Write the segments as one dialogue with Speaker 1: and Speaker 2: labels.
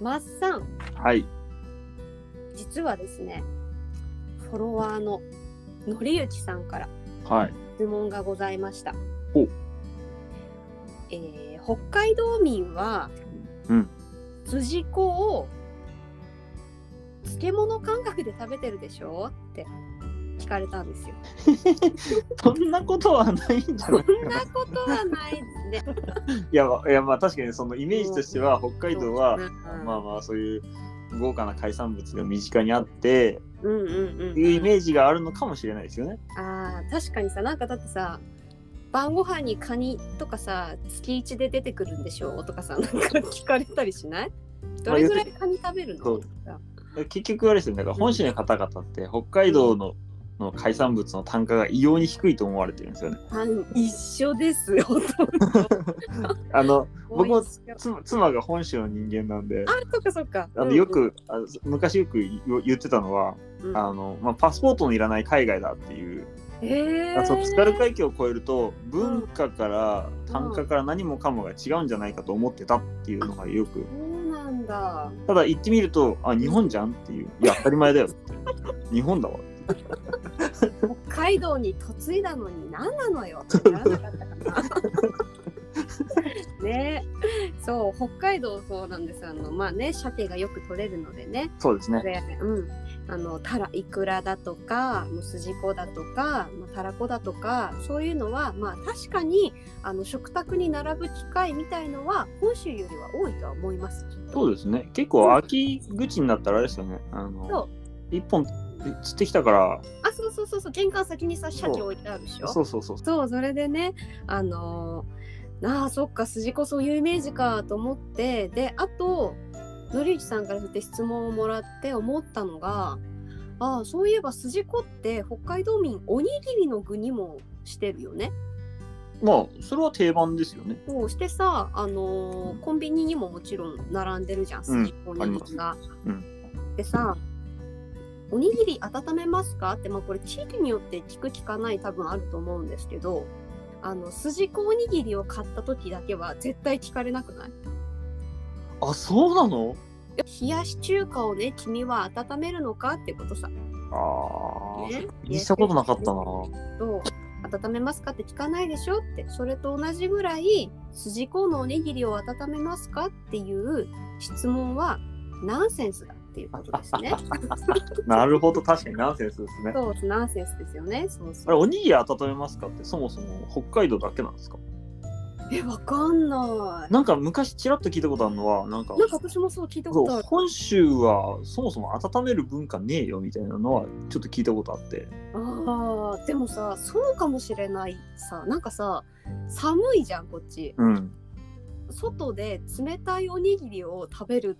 Speaker 1: マッサン
Speaker 2: はい。
Speaker 1: 実はですねフォロワーののりゆきさんから
Speaker 2: はい。
Speaker 1: 質問がございました
Speaker 2: ほう。
Speaker 1: えー北海道民は、
Speaker 2: うん
Speaker 1: 筋子を漬物感覚で食べてるでしょって聞かれたんですよ。
Speaker 2: そんなことはないんじゃ
Speaker 1: そん
Speaker 2: な
Speaker 1: ない
Speaker 2: かな。
Speaker 1: ことはないですね。
Speaker 2: いや、いやまあ確かにそのイメージとしては北海道は、
Speaker 1: うん
Speaker 2: まあまあそういう豪華な海産物が身近にあって、
Speaker 1: うんうんうん、
Speaker 2: いうイメージがあるのかもしれないですよね。
Speaker 1: あー確かにさなんかだってさ晩ご飯にカニとかさ月一で出てくるんでしょうとかさなんか聞かれたりしないどれぐらいカニ食べるの
Speaker 2: そう
Speaker 1: とか
Speaker 2: 結局あれですよね、だから本州の方々って北海道の,、の海産物の単価が異様に低いと思われてるんですよね。
Speaker 1: パン一緒ですよ。
Speaker 2: あの 僕も
Speaker 1: 一緒
Speaker 2: つ妻が本州の人間なんで、
Speaker 1: あそっかそっか。
Speaker 2: あのよく、あの昔よく言言ってたのは、
Speaker 1: うんうん、
Speaker 2: あのまあ、パスポートのいらない海外だっていう、
Speaker 1: へえ
Speaker 2: あその津軽海峡を越えると文化から単価から何もかもが違うんじゃないかと思ってたっていうのがよく、
Speaker 1: そうなんだ。
Speaker 2: ただ行ってみるとあ日本じゃんっていういや当たり前 だよって日本だわ
Speaker 1: 北海道に嫁いだのに何なのよってならなかったか な。ねそう北海道そうなんですあのまあね鮭がよく取れるのでね
Speaker 2: そうですね
Speaker 1: で、うん、あのタライクラだとかもうすじこだとか、まあ、たらこだとかそういうのは、まあ、確かにあの食卓に並ぶ機会みたいのは本州よりは多いとは思いますきっと
Speaker 2: そうですね結構秋口になったらあれですよねあ
Speaker 1: そう
Speaker 2: の一本釣ってきたから
Speaker 1: あそうそうそうそう玄関先にさ鮭置いてあるでしょ
Speaker 2: そうそうそう
Speaker 1: そうそれでねあのーなあそっか筋子そういうイメージかと思ってであとのりゆきさんからそうやって質問をもらって思ったのがああそういえば筋子って北海道民おにぎりの具にもしてるよね。
Speaker 2: まあそれは定番ですよね
Speaker 1: そうしてさ、あのーコンビニにももちろん並んでるじゃん筋子おにぎりが。
Speaker 2: う
Speaker 1: でさおにぎり温めますかって、まあ、これ地域によって聞く聞かない多分あると思うんですけどあの筋子おにぎりを買った時だけは絶対聞かれなくない
Speaker 2: あそうなの
Speaker 1: 冷やし中華をね君は温めるのかってことさ。
Speaker 2: あ
Speaker 1: ね
Speaker 2: あしたことなかったな
Speaker 1: と温めますかって聞かないでしょってそれと同じぐらい筋子のおにぎりを温めますかっていう質問はナンセンスだっていうことですね。
Speaker 2: なるほど確かにナンセンスですね
Speaker 1: そうナンセンスですよね。そうそう
Speaker 2: あれ、おにぎり温めますかって、そもそも北海道だけなんですか
Speaker 1: えわかんない。
Speaker 2: なんか昔ちらっと聞いたことあるのは、なんか、
Speaker 1: なんか私もそう聞いたこと
Speaker 2: そ
Speaker 1: あ
Speaker 2: う
Speaker 1: る。
Speaker 2: 本州はそもそも温める文化ねえよみたいなのはちょっと聞いたことあって。
Speaker 1: あーでもさそうかもしれないさなんかさ寒いじゃんこっち
Speaker 2: うん。
Speaker 1: 外で冷たいおにぎりを食べる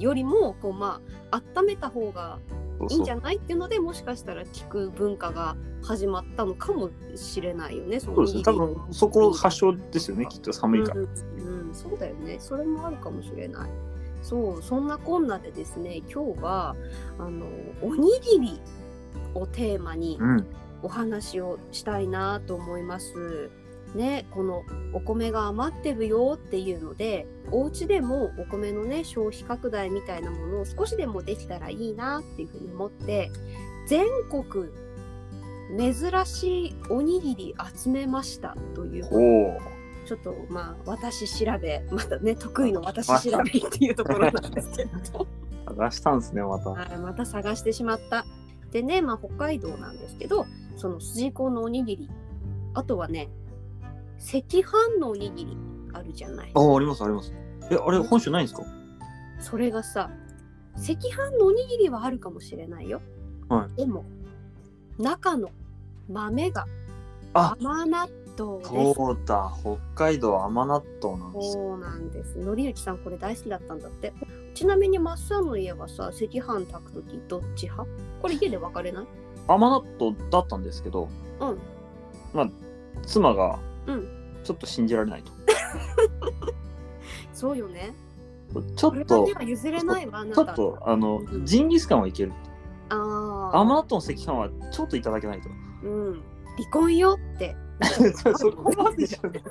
Speaker 1: よりもこうまあ温めた方が
Speaker 2: そう
Speaker 1: いいん
Speaker 2: そ
Speaker 1: じ
Speaker 2: う。
Speaker 1: ゃないっていうのでもしかしたら聞く文化が始まったのかもしれないよねその
Speaker 2: そうですね。多分そこ発祥ですよね、きっと寒いから。
Speaker 1: うんうん、そうだよねそれもあるかもしれないそうそんなこんなでですね今日はあのおにぎりをテーマに
Speaker 2: うん。
Speaker 1: お話をしたいなと思います。ね、このお米が余ってるよっていうのでお家でもお米のね消費拡大みたいなものを少しでもできたらいいなっていうふうに思って全国珍しいおにぎり集めましたという
Speaker 2: おお。
Speaker 1: ちょっとまあ私調べまたね得意の私調べっていうところなんですけど
Speaker 2: 探したんですね、また。
Speaker 1: はいまた探してしまったでねまあ北海道なんですけどその筋子のおにぎりあとはね赤飯のおにぎりあるじゃない
Speaker 2: ああ、あります、あります。え、あれ、本州ないんですか
Speaker 1: それがさ赤飯のおにぎりはあるかもしれないよ、
Speaker 2: は
Speaker 1: でも中の豆が
Speaker 2: あ
Speaker 1: 甘納豆です
Speaker 2: そうだ、北海道は甘納豆なんです。
Speaker 1: そうなんです。のりゆきさんこれ大好きだったんだって。ちなみにマッサンの家はさ、赤飯炊くときどっち派？これ家で分かれない？
Speaker 2: 甘納豆だったんですけど、
Speaker 1: うん。
Speaker 2: まあ、妻が
Speaker 1: うん、
Speaker 2: ちょっと信じられないと。
Speaker 1: そうよね。
Speaker 2: ちょ
Speaker 1: こ
Speaker 2: っ
Speaker 1: れ
Speaker 2: と
Speaker 1: は、ね譲れないわあな
Speaker 2: ちょ
Speaker 1: た。
Speaker 2: っと、あの
Speaker 1: う、ん
Speaker 2: ジンギスカンはいける。
Speaker 1: ああ。
Speaker 2: 甘納豆の赤飯はちょっといただけないと。
Speaker 1: うん。離婚よって
Speaker 2: そこまでじゃない。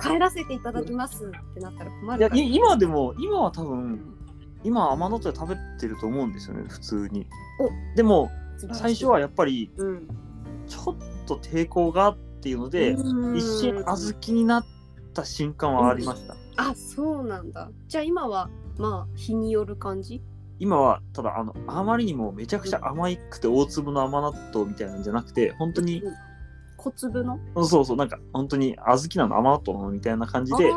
Speaker 1: 帰らせていただきますってなったら困
Speaker 2: いや
Speaker 1: るから。
Speaker 2: い今でも、今は多分、今甘納豆食べてると思うんですよね普通に
Speaker 1: お
Speaker 2: でも
Speaker 1: 素晴らしい
Speaker 2: 最初はやっぱり
Speaker 1: うん、
Speaker 2: ちょっと抵抗がっていうので、
Speaker 1: うん
Speaker 2: 一瞬小豆になった瞬間はありました、
Speaker 1: あそうなんだじゃあ今はまあ日による感じ
Speaker 2: 今はただあのあまりにもめちゃくちゃ甘くて大粒の甘納豆みたいなんじゃなくて本当に、
Speaker 1: うん小粒の
Speaker 2: そうそうなんか本当に小豆なの甘納豆なのみたいな感じ
Speaker 1: あ
Speaker 2: で
Speaker 1: あー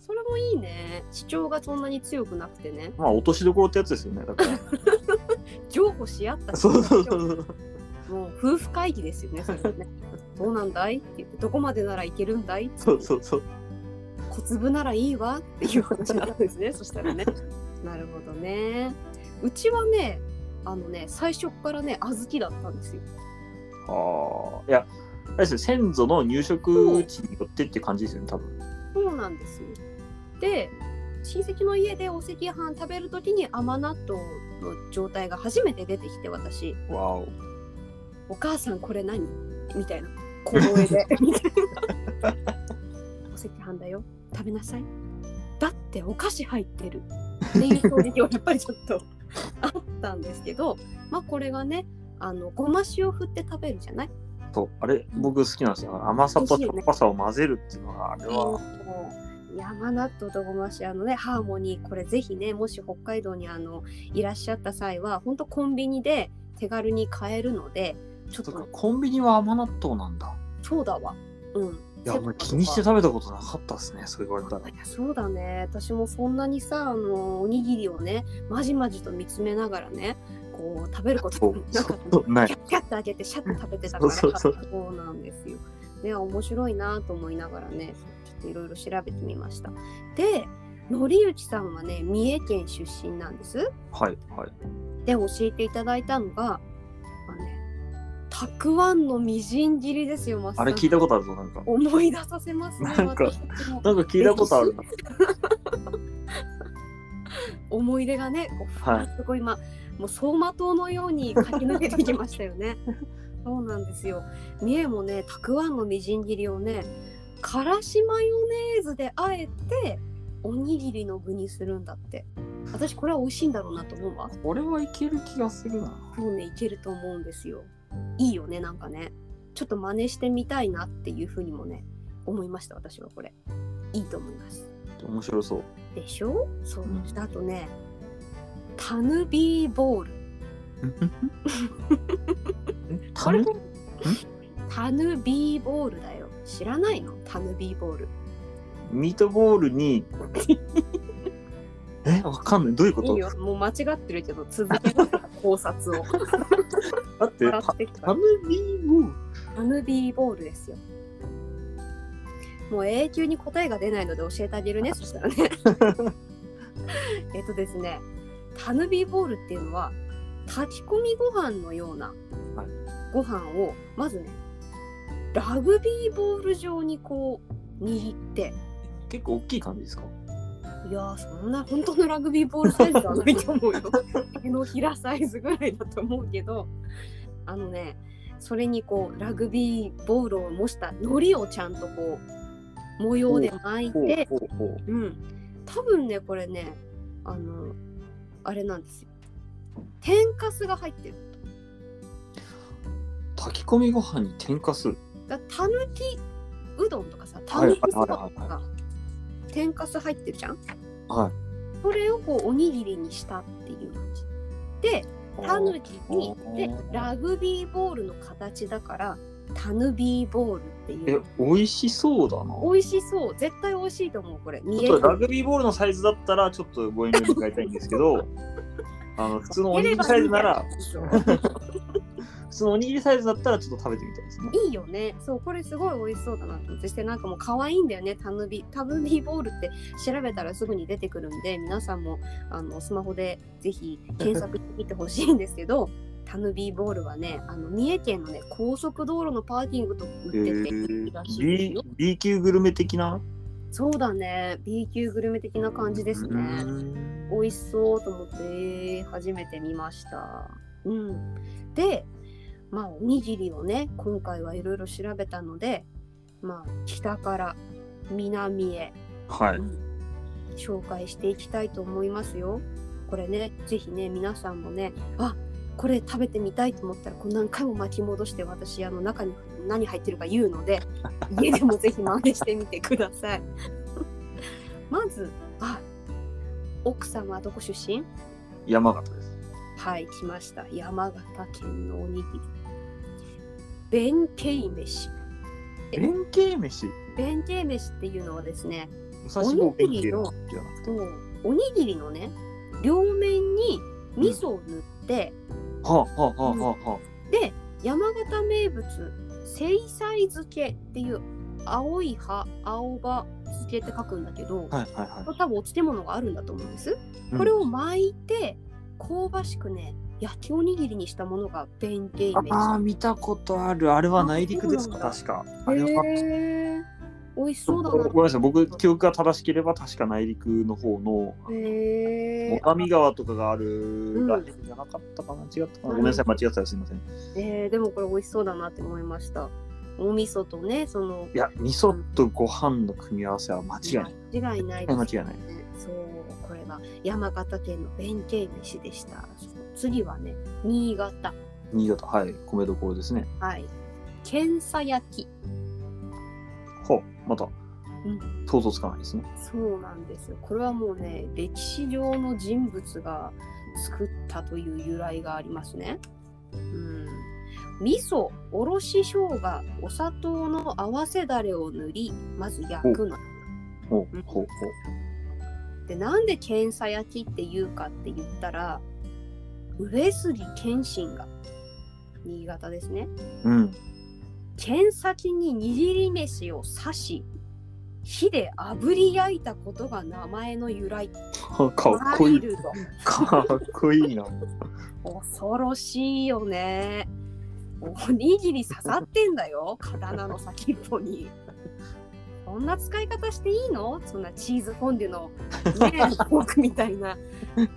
Speaker 1: それもいいね主張がそんなに強くなくてね
Speaker 2: まあ落としどころってやつですよねだから
Speaker 1: 譲歩し合った
Speaker 2: そうそうそうそう
Speaker 1: もう夫婦会議ですよねそれはね どうなんだいって言ってどこまでならいけるんだいって
Speaker 2: そうそうそう
Speaker 1: 小粒ならいいわっていう話なんですねそしたらねなるほどねうちはねあのね最初っからね小豆だったんですよ
Speaker 2: ああいやあれですよ先祖の入植地によってって感じですよね多分
Speaker 1: そうなんですよで親戚の家でお赤飯食べる時に甘納豆の状態が初めて出てきて私
Speaker 2: わお
Speaker 1: 「お母さんこれ何?」み たいな小声でみたいな「お赤飯だよ食べなさい」だってお菓子入ってるっていう衝撃はやっぱりちょっ とあったんですけどまあこれがねあのごま塩振って食べるじゃない
Speaker 2: そうあれ僕好きなんですよ甘さとしょっぱさを混ぜるっていうのはあれは
Speaker 1: 山納豆とごましあのねハーモニーこれぜひねもし北海道にあのいらっしゃった際は本当コンビニで手軽に買えるのでちょっ
Speaker 2: そっか
Speaker 1: と
Speaker 2: コンビニは甘納豆なんだ
Speaker 1: そうだわうん
Speaker 2: いや俺気にして食べたことなかったですねそう言われたら
Speaker 1: いやそうだね私もそんなにさあのおにぎりをねまじまじと見つめながらねこう食べることもなかった
Speaker 2: そうそうない
Speaker 1: キャッキャッて開けてシャッと食べてたから
Speaker 2: そうそうそう
Speaker 1: そうなんですよね面白いなと思いながらねちょっといろいろ調べてみましたでのりゆきさんはね三重県出身なんです
Speaker 2: はいはい
Speaker 1: で教えていただいたのがあのねたくあんのみじん切りですよマス
Speaker 2: あれ聞いたことあるぞなんか
Speaker 1: 思い出させますね
Speaker 2: なんか
Speaker 1: 私たちも
Speaker 2: なんか聞いたことあるな
Speaker 1: 思い出がね、こうふ
Speaker 2: はい
Speaker 1: わっとこう今、もう走馬灯のように駆け抜けてきましたよね。そうなんですよ。三重もね、たくあんのみじん切りをね、からしマヨネーズであえて、おにぎりの具にするんだって。私これは美味しいんだろうなと思うわ。
Speaker 2: 俺はいける気がするな
Speaker 1: もうね、いけると思うんですよ。いいよね、なんかね。ちょっと真似してみたいなっていうふうにもね、思いました、私はこれ。いいと思います。
Speaker 2: 面白そう
Speaker 1: でしょそう
Speaker 2: うん。
Speaker 1: あとね、タヌビーボール。
Speaker 2: タヌ
Speaker 1: タヌビーボールだよ。知らないのタヌビーボール。
Speaker 2: ミートボールにえわかんないどういうこ
Speaker 1: い
Speaker 2: と
Speaker 1: いよ。もう間違ってるけど、続けて考察を。
Speaker 2: だって
Speaker 1: 笑
Speaker 2: タ
Speaker 1: ってきた
Speaker 2: タヌビーボール
Speaker 1: タヌビーボールですよ。もう永久に答えが出ないので教えてあげるね、 そしたらね。 えっとですね、タヌビーボールっていうのは、炊き込みご飯のような
Speaker 2: はい
Speaker 1: ご飯を、まずね、ラグビーボール状にこう握って、
Speaker 2: 結構大きい感じですか
Speaker 1: いやーそんな本当のラグビーボールサイズではないと思うよ。手のひらサイズぐらいだと思うけどあのねそれにこうラグビーボールを模した糊をちゃんとこう模様で巻いて
Speaker 2: ほうほう
Speaker 1: うん多分ねこれねあのあれなんですよ天かすが入ってる
Speaker 2: 炊き込みご飯に添加する
Speaker 1: だたぬきうどんとかさた
Speaker 2: はい
Speaker 1: ぬきそばと
Speaker 2: はいは
Speaker 1: か天かす入ってるじゃん
Speaker 2: は
Speaker 1: それをこうおにぎりにしたっていう感じで
Speaker 2: い
Speaker 1: タヌキに
Speaker 2: あー
Speaker 1: でラグビーボールの形だからタヌビーボールってい
Speaker 2: え
Speaker 1: う
Speaker 2: 美味しそうだな
Speaker 1: 美味しそう絶対美味しいと思うこれ三
Speaker 2: ちょっとラグビーボールのサイズだったらちょっとご遠慮願いたいんですけどあの普通のおにぎりサイズなら普通のおにぎりサイズだったらちょっと食べてみたいですね
Speaker 1: いいよねそうこれすごい美味しそうだなと思ってそしてなんかもう可愛いんだよねタヌビタヌビボールって調べたらすぐに出てくるんで皆さんもあのスマホでぜひ検索してみてほしいんですけど タヌビーボールはねあの三重県のね高速道路のパーキングとか売ってて、いいらしいです
Speaker 2: B,
Speaker 1: よ
Speaker 2: B 級グルメ的な
Speaker 1: そうだね B 級グルメ的な感じですね、
Speaker 2: うん
Speaker 1: 美味しそうと思ってえー初めて見ました。うん、でまあおにぎりをね今回はいろいろ調べたのでまあ北から南へ
Speaker 2: はい
Speaker 1: 紹介していきたいと思いますよ。これね、ぜひね、皆さんもね、あこれ食べてみたいと思ったら、こう何回も巻き戻して、私、あの中に何入ってるか言うので、家でもぜひ真似してみてください。まず、あ奥様はどこ出身
Speaker 2: 山形です。
Speaker 1: はい、来ました。山形県のおにぎり。弁慶飯。
Speaker 2: 弁慶飯
Speaker 1: 弁慶飯っていうのはですね、
Speaker 2: 武蔵坊弁慶の
Speaker 1: おとおにぎりのね、両面に味噌を塗って、
Speaker 2: はあ、はあはあはあは
Speaker 1: で、山形名物、精菜漬けっていう青い葉、青葉漬けって書くんだけど、
Speaker 2: あ、はいはいは
Speaker 1: 多分お漬物があるんだと思うんです。
Speaker 2: うん
Speaker 1: これを巻いて、香ばしくね、焼きおにぎりにしたものが弁慶
Speaker 2: い。ああ、
Speaker 1: 飯。
Speaker 2: 見たことある。あれは内陸ですか、
Speaker 1: あ
Speaker 2: 確か。あ
Speaker 1: へ
Speaker 2: れは
Speaker 1: え、美味しそうだ
Speaker 2: ご
Speaker 1: な
Speaker 2: め。んなさい、僕、記憶が正しければ、確か内陸の方の、
Speaker 1: へえ
Speaker 2: 最上川とかがある
Speaker 1: ん
Speaker 2: らへんじゃなかったかな、違った
Speaker 1: うん
Speaker 2: かな。ごめんなさい、間違ってたらすみません。い
Speaker 1: えーでもこれ美味しそうだなって思いました。お味噌とね、その
Speaker 2: や、味噌とご飯の組み合わせは間違いない。
Speaker 1: 間違いないです、
Speaker 2: 間違いない。
Speaker 1: そう、これが山形県の弁慶飯でした。次はね、新潟。
Speaker 2: 新潟、はい、米どころですね。
Speaker 1: はい。けんさ焼き。
Speaker 2: ほう、また
Speaker 1: ん、
Speaker 2: 想像つかないですね。
Speaker 1: そうなんですよ。これはもうね、歴史上の人物が作ったという由来がありますね。うん。味噌、おろし生姜、お砂糖の合わせだれを塗り、まず焼くの。
Speaker 2: ほ
Speaker 1: う、
Speaker 2: うんほう、ほう。
Speaker 1: でなんで剣さ焼きって言うかって言ったら上杉謙信が新潟ですね
Speaker 2: うん。
Speaker 1: 剣先に握り飯を刺し火で炙り焼いたことが名前の由来
Speaker 2: かっこい
Speaker 1: ワイ
Speaker 2: い。
Speaker 1: ルド
Speaker 2: かっこいいな。
Speaker 1: 恐ろしいよねおにぎり刺さってんだよ刀の先っぽにそんな使い方していいのそんなチーズフォンデュのね僕みたいな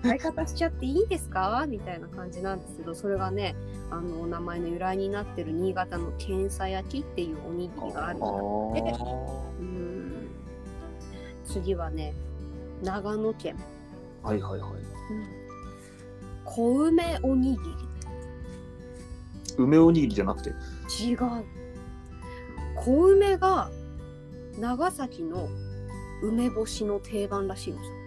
Speaker 1: 使い方しちゃっていいですかみたいな感じなんですけどそれがねあのお名前の由来になってる新潟のけんさ焼きっていうおにぎりがある
Speaker 2: あ
Speaker 1: うん次はね長野県
Speaker 2: あ。はいはいはい。
Speaker 1: 小梅おにぎり
Speaker 2: 梅おにぎりじゃなくて。
Speaker 1: 違う小梅が長崎の梅干しの定番らしいんですよ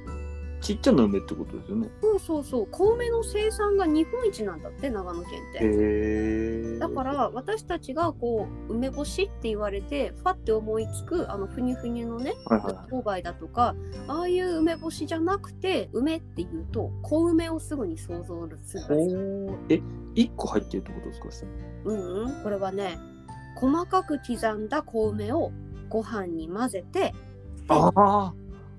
Speaker 2: ちっちゃな梅ってことですよね。
Speaker 1: そうそうそう小梅の生産が日本一なんだって長野県って
Speaker 2: へえ。
Speaker 1: だか。ら私たちがこう梅干しって言われてファって思いつくあのふにゅふにゅのね
Speaker 2: はいはいは
Speaker 1: 郊外だとかああいう梅干しじゃなくて梅っていうと小梅をすぐに想像するらしい
Speaker 2: い。おお。え、一個入ってるってことですか。それ
Speaker 1: うんうん、これはね細かく刻んだ小梅をご飯に混ぜて
Speaker 2: ああ。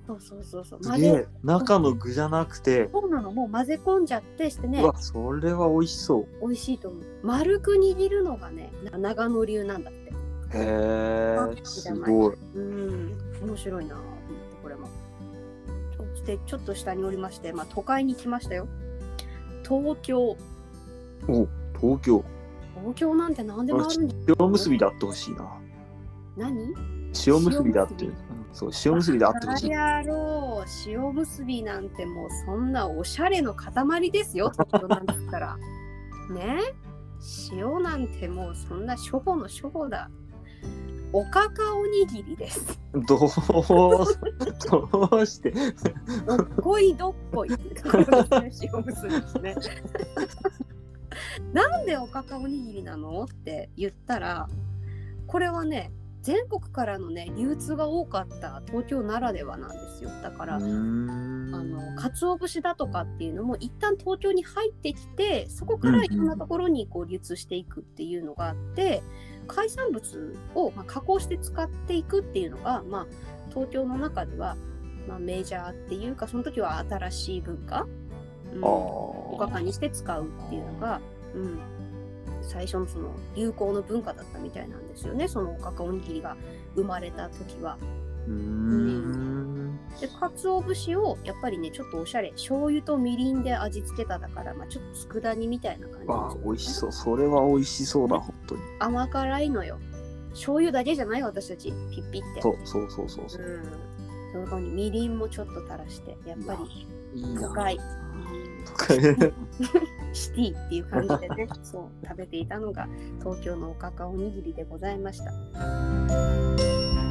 Speaker 1: そうそうそうそう
Speaker 2: す
Speaker 1: 混
Speaker 2: げ
Speaker 1: ぜ
Speaker 2: え。中の具じゃなくて。
Speaker 1: そうなのもう混ぜ込んじゃってしてね
Speaker 2: うわ、それは美味しそう。
Speaker 1: 美味しいと思う丸く握るのがねな長野流なんだって
Speaker 2: へえ。すごい。
Speaker 1: うん面白いなと思ってこれもそしてちょっと下におりまして、まあ、都会に来ましたよ東京
Speaker 2: お、東京。
Speaker 1: 東京なんて何でもあるんじゃ
Speaker 2: 塩結びであってほしいな。
Speaker 1: 何
Speaker 2: 塩結びであって。うんそう、塩結びであってほしい。
Speaker 1: やろう塩結びなんてもうそんなおしゃれの塊ですよ東京なんだった らね塩なんてもうそんな初歩の初歩だおかかおにぎりです
Speaker 2: どうす、どうして。
Speaker 1: どっこいどっこい塩結びです ねなんでおかかおにぎりなのって言ったらこれはね全国からのね流通が多かった東京ならではなんですよだから、
Speaker 2: うーん
Speaker 1: あの鰹節だとかっていうのも一旦東京に入ってきてそこからいろんなところにこう流通していくっていうのがあって海産物をまあ加工して使っていくっていうのが、まあ、東京の中では、まあ、メジャーっていうかその時は新しい文化、うん、
Speaker 2: あ
Speaker 1: おか
Speaker 2: ー
Speaker 1: かにして使うっていうのが、うん、最初のその流行の文化だったみたいなんですよねそのおかかおにぎりが生まれた時は。
Speaker 2: うーん。
Speaker 1: で鰹節をやっぱりねちょっとおしゃれ醤油とみりんで味付けただから、まあ、ちょっと佃煮みたいな感じ
Speaker 2: あー、美味し
Speaker 1: う
Speaker 2: そう。それは美味しそうだ、本当に。
Speaker 1: 甘辛いのよ醤油だけじゃない私たちピッピって
Speaker 2: そうそうそうそうそう。
Speaker 1: うん、そのにみりんもちょっと垂らしてやっぱり
Speaker 2: いい
Speaker 1: 都
Speaker 2: な。
Speaker 1: 会
Speaker 2: 都会
Speaker 1: シティっていう感じでね そう食べていたのが東京のおかかおにぎりでございました。